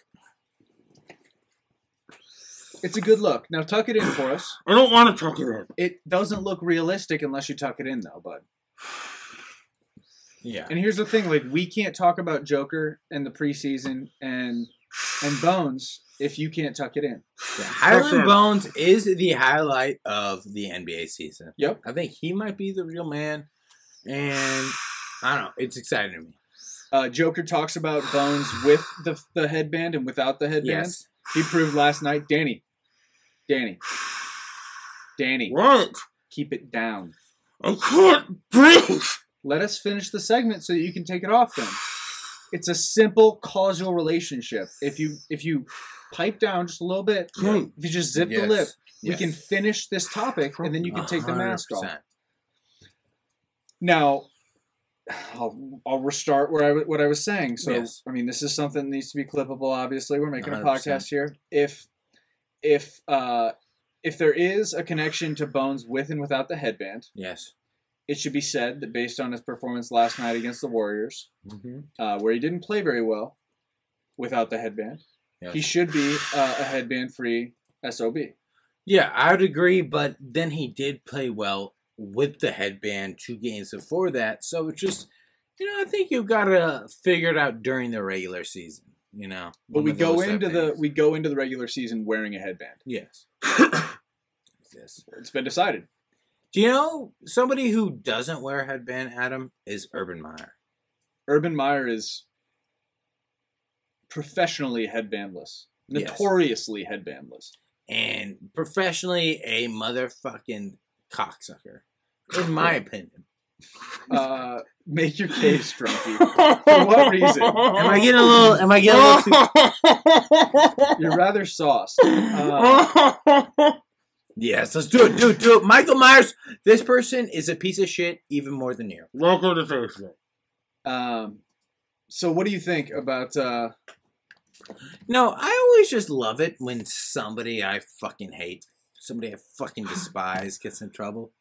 It's a good look. Now tuck it in for us. I don't want to tuck it in. It doesn't look realistic unless you tuck it in, though, bud. Yeah. And here's the thing: like we can't talk about Joker and the preseason and and Bones if you can't tuck it in. Highland Listen. Bones is the highlight of the NBA season. Yep. I think he might be the real man. And I don't know. It's exciting to me. Uh, Joker talks about Bones with the the headband and without the headband. Yes. He proved last night, Danny, Danny, Danny, What? keep it down. I can't breathe. Let us finish the segment so that you can take it off. Then it's a simple causal relationship. If you if you pipe down just a little bit, Right. if you just zip the Yes. lip, we Yes. can finish this topic, and then you can take the mask off. 100%. Now, I'll, I'll restart where I w- what I was saying. So, Yes. I mean, this is something that needs to be clippable. Obviously, we're making a 100%. podcast here. If if uh, if there is a connection to Bones with and without the headband, Yes. it should be said that based on his performance last night against the Warriors, uh, where he didn't play very well without the headband, Yes. he should be uh, a headband free sob. Yeah, I would agree. But then he did play well with the headband two games before that. So it's just, you know, I think you got to figure it out during the regular season, you know. But One we of go those type into the things. we go into the regular season wearing a headband. Yes. yes. It's been decided. Do you know somebody who doesn't wear a headband, Adam, is Urban Meyer? Urban Meyer is professionally headbandless, Yes. notoriously headbandless. And professionally, a motherfucking cocksucker, in my opinion. Uh, make your case, Drunky. For what reason? Am I getting a little? Am I getting a little? Too, You're rather sauced. Uh, yes, let's do it, do it, do it. Michael Myers. This person is a piece of shit, even more than you. Welcome to Facebook. um, so, what do you think about? Uh, No, I always just love it when somebody I fucking hate, somebody I fucking despise, gets in trouble.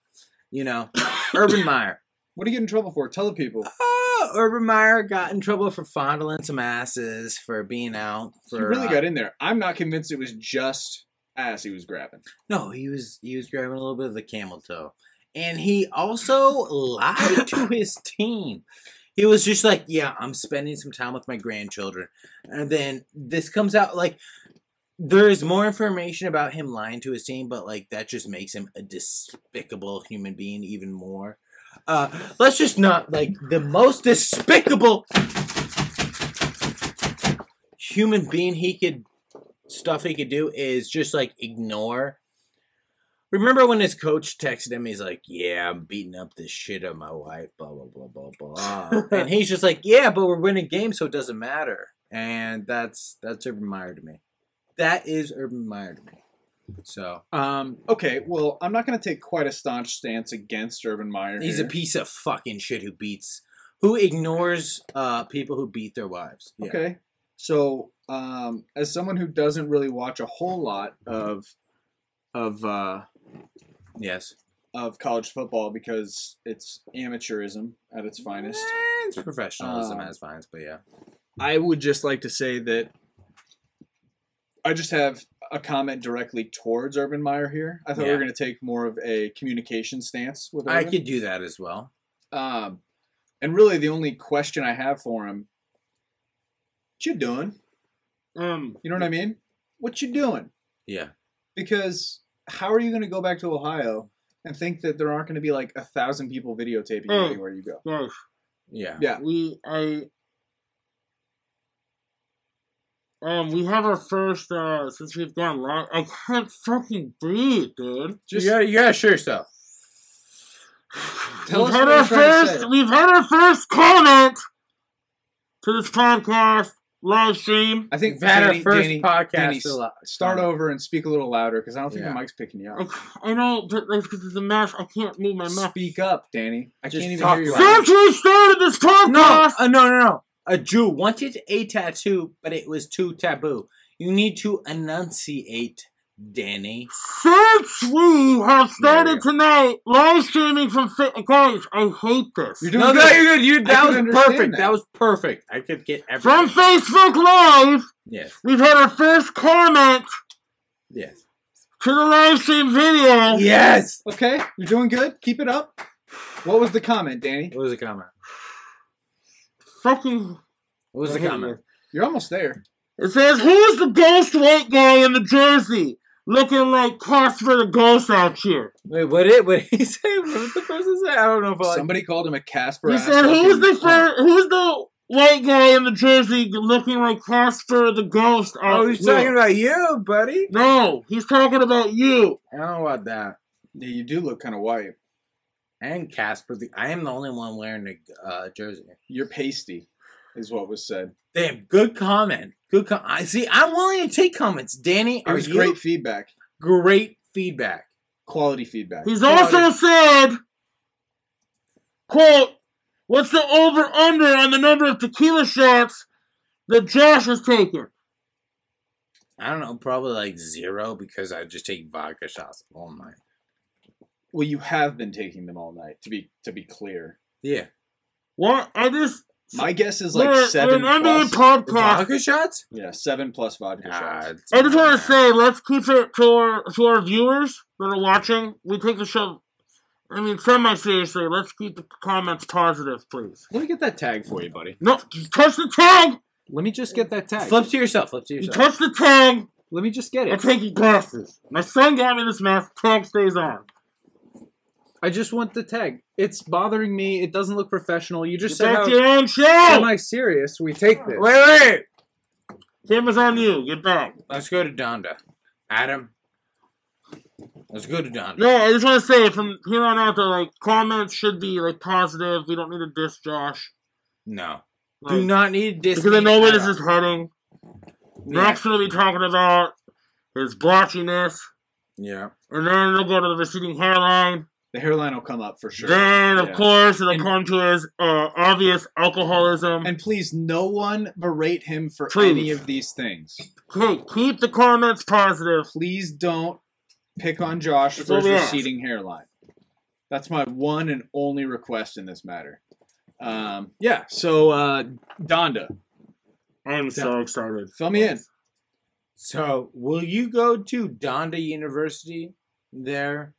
You know, Urban Meyer. what do you get in trouble for? Tell the people. Uh, Urban Meyer got in trouble for fondling some asses for being out. For You really uh, got in there. I'm not convinced it was just ass he was grabbing. no, he was he was grabbing a little bit of the camel toe, and he also lied to his team. He was just like, "Yeah, I'm spending some time with my grandchildren," and then this comes out like there is more information about him lying to his team, but like that just makes him a despicable human being even more. Uh, let's just not like the most despicable human being he could stuff he could do is just like ignore. Remember when his coach texted him? He's like, "Yeah, I'm beating up the shit out of my wife." Blah blah blah blah blah. and he's just like, "Yeah, but we're winning games, so it doesn't matter." And that's that's Urban Meyer to me. That is Urban Meyer to me. So Um, okay, well, I'm not going to take quite a staunch stance against Urban Meyer. he's a here. piece of fucking shit who beats, who ignores uh, people who beat their wives. Yeah. Okay. So, um, as someone who doesn't really watch a whole lot of of uh, Yes. of college football because it's amateurism at its finest, It's professionalism Um, as fines, but yeah. I would just like to say that I just have a comment directly towards Urban Meyer here. I thought we Yeah. were going to take more of a communication stance with I Urban. could do that as well. Um, and really, the only question I have for him: What you doing? Um, You know what I mean? What you doing? Yeah. Because how are you going to go back to Ohio and think that there aren't going to be like a thousand people videotaping you Oh. Mm. anywhere you go? guys, Yeah. Yeah. we I um we have our first uh since we've gone long. I can't fucking breathe, dude. Just you, gotta, you gotta assure yourself. Tell we've us had what our you're trying to first say. we've had our first comment to this podcast live stream. I think We've had our Danny- first Danny- podcast Danny, a lot- start over and speak a little louder because I don't think Yeah. Oh, the mic's picking you I, up. I know, but like, because it's a mess, I can't move my mouth. Speak up, Danny. I Just can't even talk hear you. louder. Since we started this No, podcast, uh, no, no, no. A Jew wanted a tattoo, but it was too taboo. You need to enunciate, Danny. since we have There started we go. tonight live streaming from Fit Guys, I hate this. You're doing No, no, good. you're good. I You, that can was understand perfect. that. That. was perfect. I could get everything. From Facebook Live, yes, we've had our first comment yes, to the live stream video. yes. Okay, you're doing good. Keep it up. What was the comment, Danny? What was the comment? Fucking. What was the comment? You're almost there. It says, Who's the ghost white guy in the jersey? Looking like Casper the Ghost out here. Wait, what did what did he say? What did the person say? I don't know. If I Somebody called him a Casper. He ass said, Who's fucking- the fir- Who's the white guy in the jersey looking like Casper the Ghost out oh, here? he's talking about you, buddy. No, he's talking about you. I don't know about that. Yeah, you do look kind of white. And Casper, the, I am the only one wearing a uh, jersey. You're pasty, is what was said. Damn, good comment. Good. Com- I see. I'm willing to take comments, Danny. It Are was you great feedback, great feedback. quality feedback. He's also said, quote, What's the over under on the number of tequila shots that Josh has taken? I don't know, probably like zero because I just take vodka shots Oh all night. well, you have been taking them all night. To be to be clear, Yeah, What? I just. my guess is like we're, seven we're an plus. NBA podcast. vodka shots. yeah, seven plus vodka Nah, shots. it's I just want not. Oh, to say, let's keep it to our, to our viewers that are watching. We take the show, I mean, semi seriously. Let's keep the comments positive, please. Let me get that tag for you, buddy. No, you touch the tag! Let me just get that tag. Flip to yourself. Flip to You yourself. touch the tag, Let me just get I take your glasses. My son got me this mask, tag stays on. I just want the tag. It's bothering me. It doesn't look professional. You You just got your own show! serious. We take this. Wait, wait. Camera's on you, get back. Let's go to Donda. Adam. Let's go to Donda. No, I just want to say, from here on out, the like, comments should be, like, positive. We don't need to diss Josh. No. Like, Do not need Disney. Because I know where this at is all. heading. Next, we'll be talking about his blotchiness, Yeah. and then it'll go to the receding hairline. The hairline will come up for sure. Then, of Yeah. course, it'll And- come to his uh, obvious alcoholism. And please, no one berate him for Please. any of these things. hey, keep the comments positive. Please don't pick on Josh That's for his what we ask. receding hairline. That's my one and only request in this matter. Um, yeah. So uh, Donda, I'm so excited. fill me in. So, will you go to Donda University there?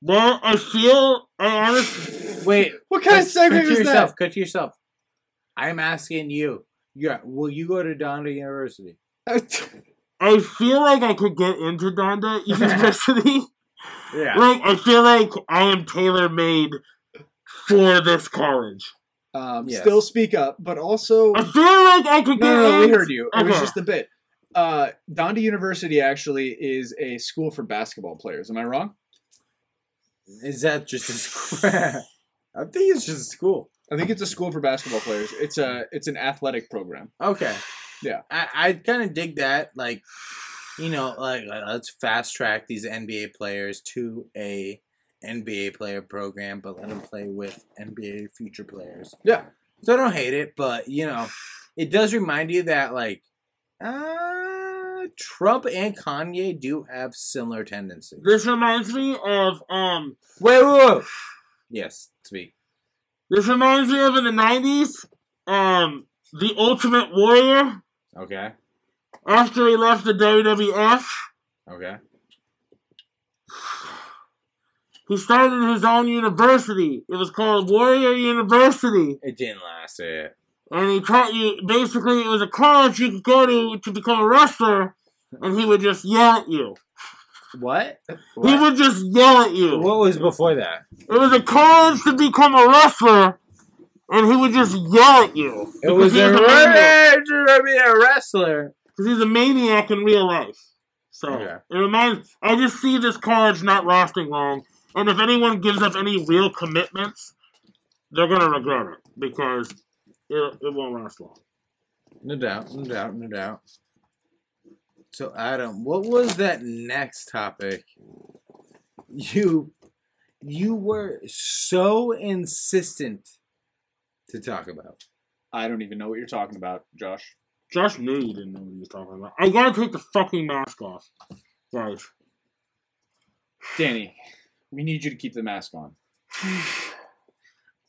Well, I feel, I honestly, Wait. What kind of segment cut is yourself, that? Cut yourself. I'm asking you. Yeah. Will you go to Donda University? I feel like I could get into Donda University. Yeah. like, I feel like I am tailor made for this college. um, Yes. Still speak up, but also I feel like I could No, get no, no, we in. heard you. It was Okay. just a bit. Uh, Donda University actually is a school for basketball players. Am I wrong? Is that just a school? I think it's just a school. I think it's a school for basketball players. It's a it's an athletic program. Okay. Yeah. I, I kind of dig that. Like, you know, like uh, let's fast track these NBA players to a NBA player program, but let them play with NBA future players. Yeah. So I don't hate it, but you know, it does remind you that like, uh, Trump and Kanye do have similar tendencies. This reminds me of um. Wait, wait, wait. Yes, speak. This reminds me of in the nineties, um, the Ultimate Warrior. Okay. After he left the WWF, Okay. he started his own university. It was called Warrior University. It didn't last. It. and he taught you basically it was a college you could go to to become a wrestler, and he would just yell at you. What? He would just yell at you. What was before that? It was a college to become a wrestler, and he would just yell at you. It was he a was a maniac. rage to be a wrestler. Because he's a maniac in real life. So Okay. it reminds. I just see this college not lasting long, and if anyone gives up any real commitments, they're gonna regret it because it, it won't last long. No doubt. No doubt. No doubt. So Adam, what was that next topic? You, you were so insistent to talk about. I don't even know what you're talking about, Josh. Josh knew you didn't know what he was talking about. I gotta take the fucking mask off. Guys. Danny, we need you to keep the mask on.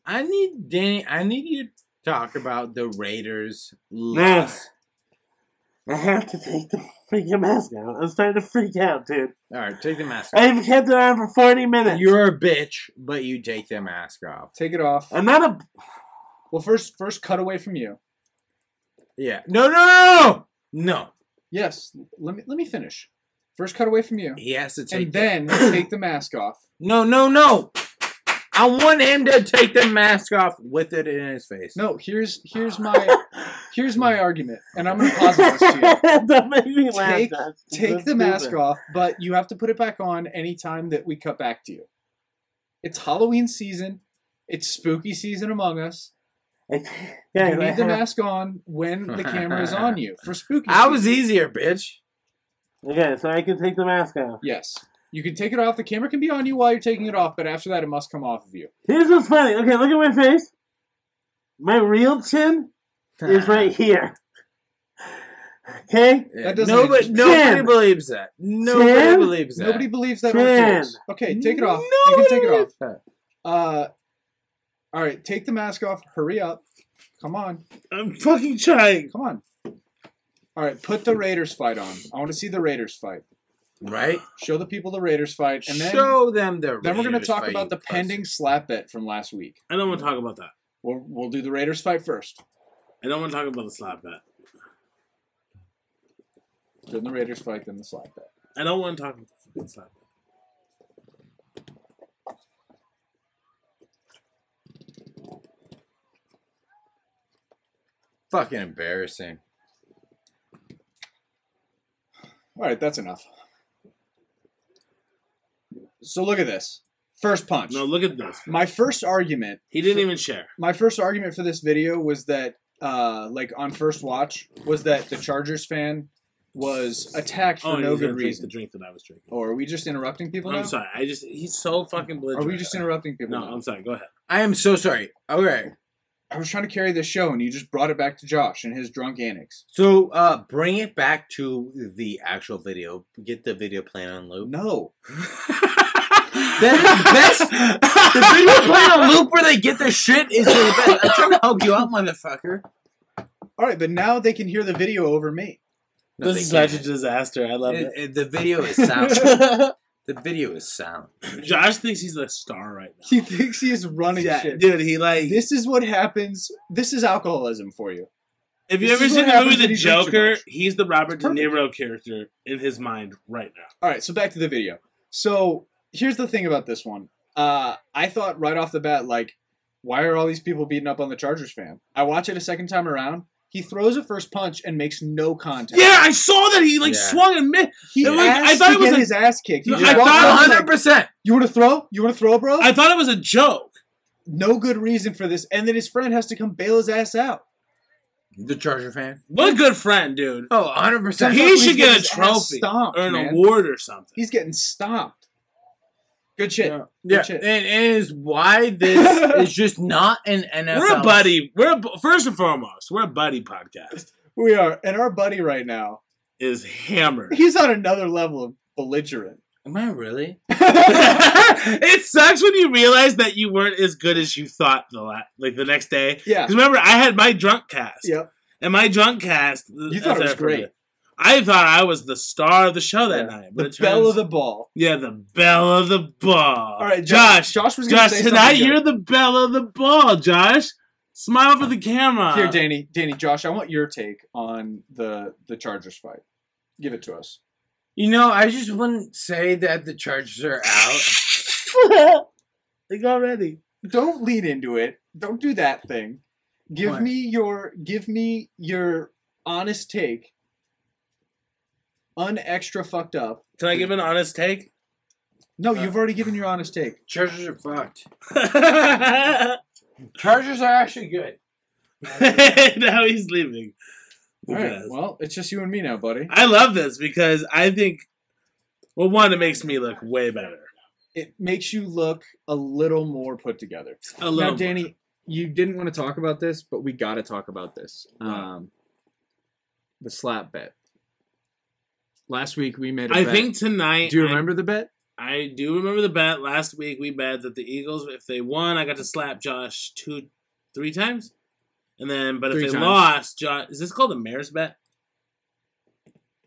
I need Danny. I need you to talk about the Raiders. Yes. I have to take the freaking mask off. I'm starting to freak out, dude. All right, take the mask off. I've kept it on for 40 minutes. You're a bitch, but you take the mask off. Take it off. I'm not a. Well, first, first cut away from you. Yeah. No, no, no, Yes, let me let me finish. First, cut away from you, no. He has to take. and the- then take the mask off. no, no, no. I want him to take the mask off with it in his face. No, here's here's my here's my argument, and I'm gonna posit this to you. Don't make me laugh, Take- Josh. Take That's the mask stupid. off, but you have to put it back on anytime that we cut back to you. It's Halloween season. It's spooky season among us. I- Yeah, you I need the have- mask on when the camera is on you for spooky. I season. was easier, bitch. Okay, so I can take the mask off. yes. You can take it off. The camera can be on you while you're taking it off, but after that, it must come off of you. Here's what's funny. Okay, look at my face. My real chin is right here. Okay? Yeah, That doesn't nobody, exist. nobody Chin. believes that. Nobody Chin? believes that. Nobody believes that. Chin. on yours. Okay, take it off. you can take it off. Uh, all right, take the mask off. Hurry up. Come on. I'm fucking trying. Come on. All right, put the Raiders fight on. I want to see the Raiders fight. Right? Show the people the Raiders fight, and then Show them the. then we're going to Raiders talk fighting about the pussy. pending slap bet from last week. I don't want to talk about that. We'll we'll do the Raiders fight first. I don't want to talk about the slap bet. Then the Raiders fight, then the slap bet. I don't want to talk about the fucking slap bet. Fucking embarrassing. All right, that's enough. So look at this. First punch. No, look at this. My first argument He didn't even share. my first argument for this video was that uh like on first watch was that the Chargers fan was attacked for Oh, no good drink the reason. drink that I was drinking. Oh, are we just interrupting people now? I'm sorry. I just he's so fucking Are belligerent. we just interrupting people? No, now? I'm sorry. Go ahead. I am so sorry. All right. I was trying to carry this show and you just brought it back to Josh and his drunk antics. So uh bring it back to the actual video. Get the video playing on loop. No. That is best. The video playing on loop where they get their shit is the best. I'm trying to help you out, motherfucker. All right, but now they can hear the video over me. No, this is they such a can't. disaster. I love It- it. it- the video is sound. the video is sound. Josh thinks he's a star right now. He thinks he is running Yeah, shit. dude, he like. This is what happens. This is alcoholism for you. If you this ever is what seen the happens movie when The you drink too Joker, much. he's the Robert It's De perfect. Niro character in his mind right now. All right, so back to the video. So here's the thing about this one. Uh, I thought right off the bat, like, why are all these people beating up on the Chargers fan? I watch it a second time around. He throws a first punch and makes no contact. Yeah, I saw that he like Yeah. swung and missed. he it was- asked I thought to it was get a- his ass kicked. He No, just I walked thought up, 100. like, percent you want to throw? You want to throw, bro? I thought it was a joke. no good reason for this. And then his friend has to come bail his ass out. The Charger fan. What a good friend, dude. Oh, 100 percent. Sounds He like should get he's getting a his ass trophy stomped, or an man. award or something. He's getting stomped. Good shit. Yeah, Good yeah. shit. and, and it is why this is just not an NFL. We're a buddy. We're a, bu- first and foremost, we're a buddy podcast. We are. And our buddy right now, Is hammered. he's on another level of belligerent. Am I really? it sucks when you realize that you weren't as good as you thought the la- like the next day. Yeah. Because remember, I had my drunk cast. Yep. And my drunk cast. You thought it was great. I thought I was the star of the show that night. But the it bell turns- of the ball. yeah, the bell of the ball. All right, Josh. Josh, Josh was gonna Josh, say tonight something you're good. the bell of the ball, Josh. Smile for the camera. here, Danny. Danny, Josh, I want your take on the the Chargers fight. Give it to us. You know, I just wouldn't say that the Chargers are out. Like already. Don't lean into it. Don't do that thing. Give What? me your give me your honest take. Unextra fucked up. Can I give an honest take? No, you've already given your honest take. Chargers are fucked. now Chargers are actually good. he's leaving. All right. Because- Well, it's just you and me now, buddy. I love this because I think, well, one, it makes me look way better. It makes you look a little more put together. A Now, little. Danny, you didn't want to talk about this, but we got to talk about this. Um, the slap bet. Last week we made. a I bet. think tonight. Do you I- remember the bet? I, do remember the bet last week. We bet that the Eagles, if they won, I got to slap Josh two, three times, and then but if Three they times. lost, Josh is this called a mayor's bet?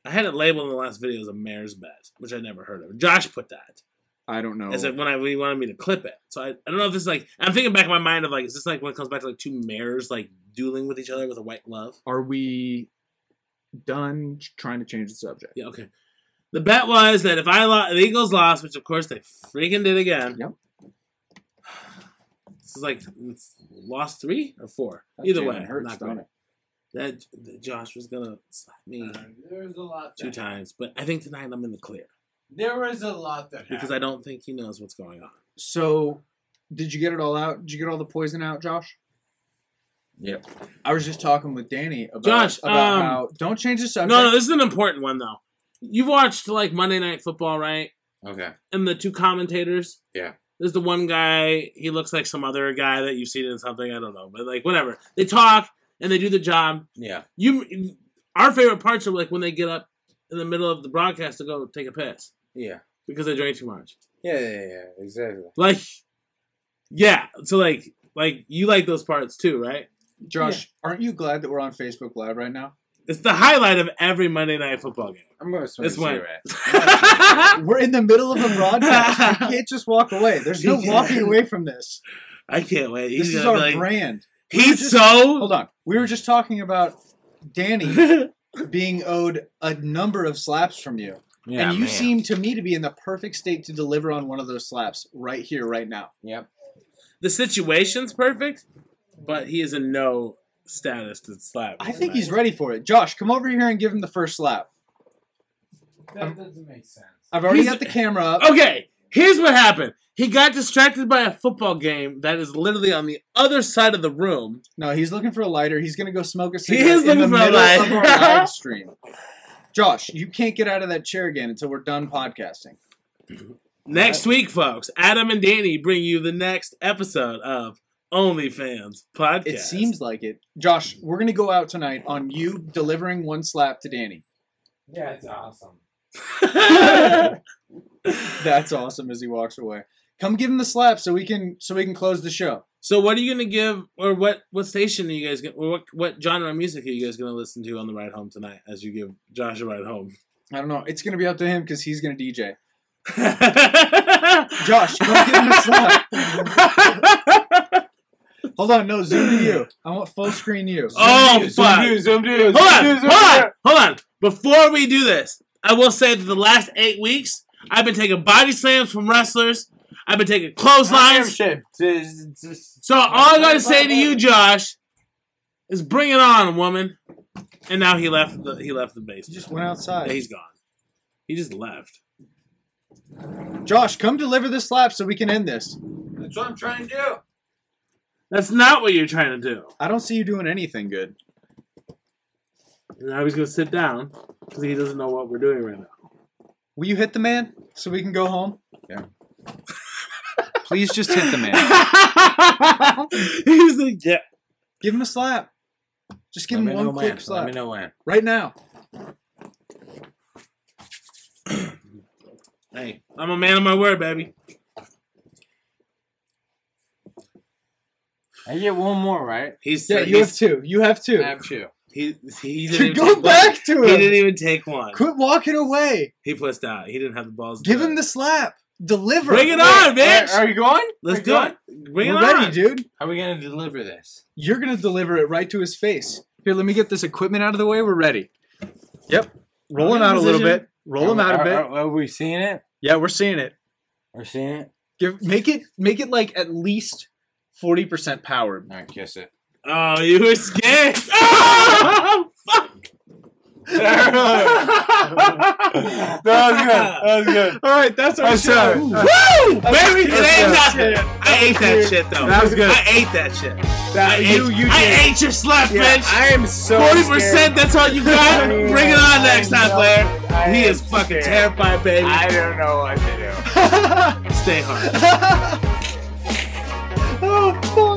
I had it labeled in the last video as a mayor's bet, which I never heard of. Josh put that. I don't know. It's like when I when he wanted me to clip it. So I, I don't know if this is like I'm thinking back in my mind of like is this like when it comes back to like two mayors like dueling with each other with a white glove? Are we done ch- trying to change the subject? Yeah, okay. The bet was that if I lost, the Eagles lost, which of course they freaking did again. Yep. This is like it's lost three or four. That Either jam way, hurts, not don't great. it? That, that Josh was gonna slap me There's a lot. two times, but I think tonight I'm in the clear There was a lot that because I don't think he knows what's going on. So, did you get it all out? Did you get all the poison out, Josh? Yep. I was just talking with Danny about Josh, about um, how don't change the subject. No, no, this is an important one though. You've watched like Monday Night Football, right? Okay. and the two commentators. Yeah. There's the one guy, he looks like some other guy that you've seen in something, I don't know, but like whatever. They talk and they do the job. Yeah. You our favorite parts are like when they get up in the middle of the broadcast to go take a piss Yeah. because they drank too much. Yeah. Yeah. Yeah. Exactly. Like yeah, so like like you like those parts too, right? Josh, aren't you glad that we're on Facebook Live right now? It's the highlight of every Monday night football game. I'm gonna smoke a This one. cigarette. We're in the middle of a broadcast. You can't just walk away. There's no walking away from this. I can't wait. This He's is gonna our be like, brand. He's so Hold on. We were just talking about Danny being owed a number of slaps from you. Yeah, and you man. seem to me to be in the perfect state to deliver on one of those slaps right here, right now. Yep. the situation's perfect, but he is in no status to slap. I think he's ready for it. Josh, come over here and give him the first slap. That doesn't make sense. I've already He's- Oh. got the camera up. Okay, here's what happened. He got distracted by a football game that is literally on the other side of the room. No, he's looking for a lighter. He's gonna go smoke a cigarette. is in the looking for a middle lighter. Of our live stream. Josh, you can't get out of that chair again until we're done podcasting. Next week, folks, Adam and Danny bring you the next episode of OnlyFans podcast. It seems like it. Josh, we're gonna go out tonight on you delivering one slap to Danny. Yeah, it's awesome. That's awesome as he walks away. Come give him the slap so we can so we can close the show. so, what are you gonna give, or what what station are you guys gonna, or what what genre of music are you guys gonna listen to on the ride home tonight as you give Josh a ride home? I don't know. It's gonna be up to him because he's gonna DJ. Josh, Josh, come give him a slap. Hold on, no, zoom to you. I want full screen you. oh fuck! zoom do, hold on, hold on, hold on. Before we do this, I will say that the last eight weeks, I've been taking body slams from wrestlers. I've been taking clotheslines. So all I gotta say to you, Josh, is bring it on, woman. And now he left the he left the base. He just went outside. Yeah, he's gone. He just left. Josh, come deliver the slap so we can end this. That's what I'm trying to do. That's not what you're trying to do. I don't see you doing anything good. And now he's gonna sit down because he doesn't know what we're doing right now. Will you hit the man so we can go home? Yeah. Please just hit the man. he's like, yeah. Give him a slap. Just give Let him me know one quick when. Let slap me know when. right now. Hey, I'm a man of my word, baby. I get one more, right? He's Yeah, you he's, have two. You have two. two. He he didn't You even Go take back to One. He didn't him. even take one. Quit walking away. He pushed out. He didn't have the balls. to Give do him it. the slap. Deliver. Bring it on, bitch. Are, are you going? Let's Are you do going? it. Bring We're it ready, on. dude. How are we gonna deliver this? You're gonna deliver it right to his face. Here, let me get this equipment out of the way. We're ready. Yep. Are Roll him we in out a little position? bit. Roll him out a Are- bit. Are, are we seeing it? Yeah, we're seeing it. We're seeing it. Give make it make it like at least forty percent powered. All right, kiss it. Oh, you were scared. Oh, fuck. that was good. That was good. All right, that's our I'm show. sorry. Woo! Baby, That's today good. I ate that shit though. That was good. I ate that shit. I That ate, you you I did. ate your slap, Yeah, bitch. I am so Forty scared. percent. That's all you got. Bring it on next time, Blair. He is fucking terrified, baby. I don't know what to do. Stay hard. oh fuck.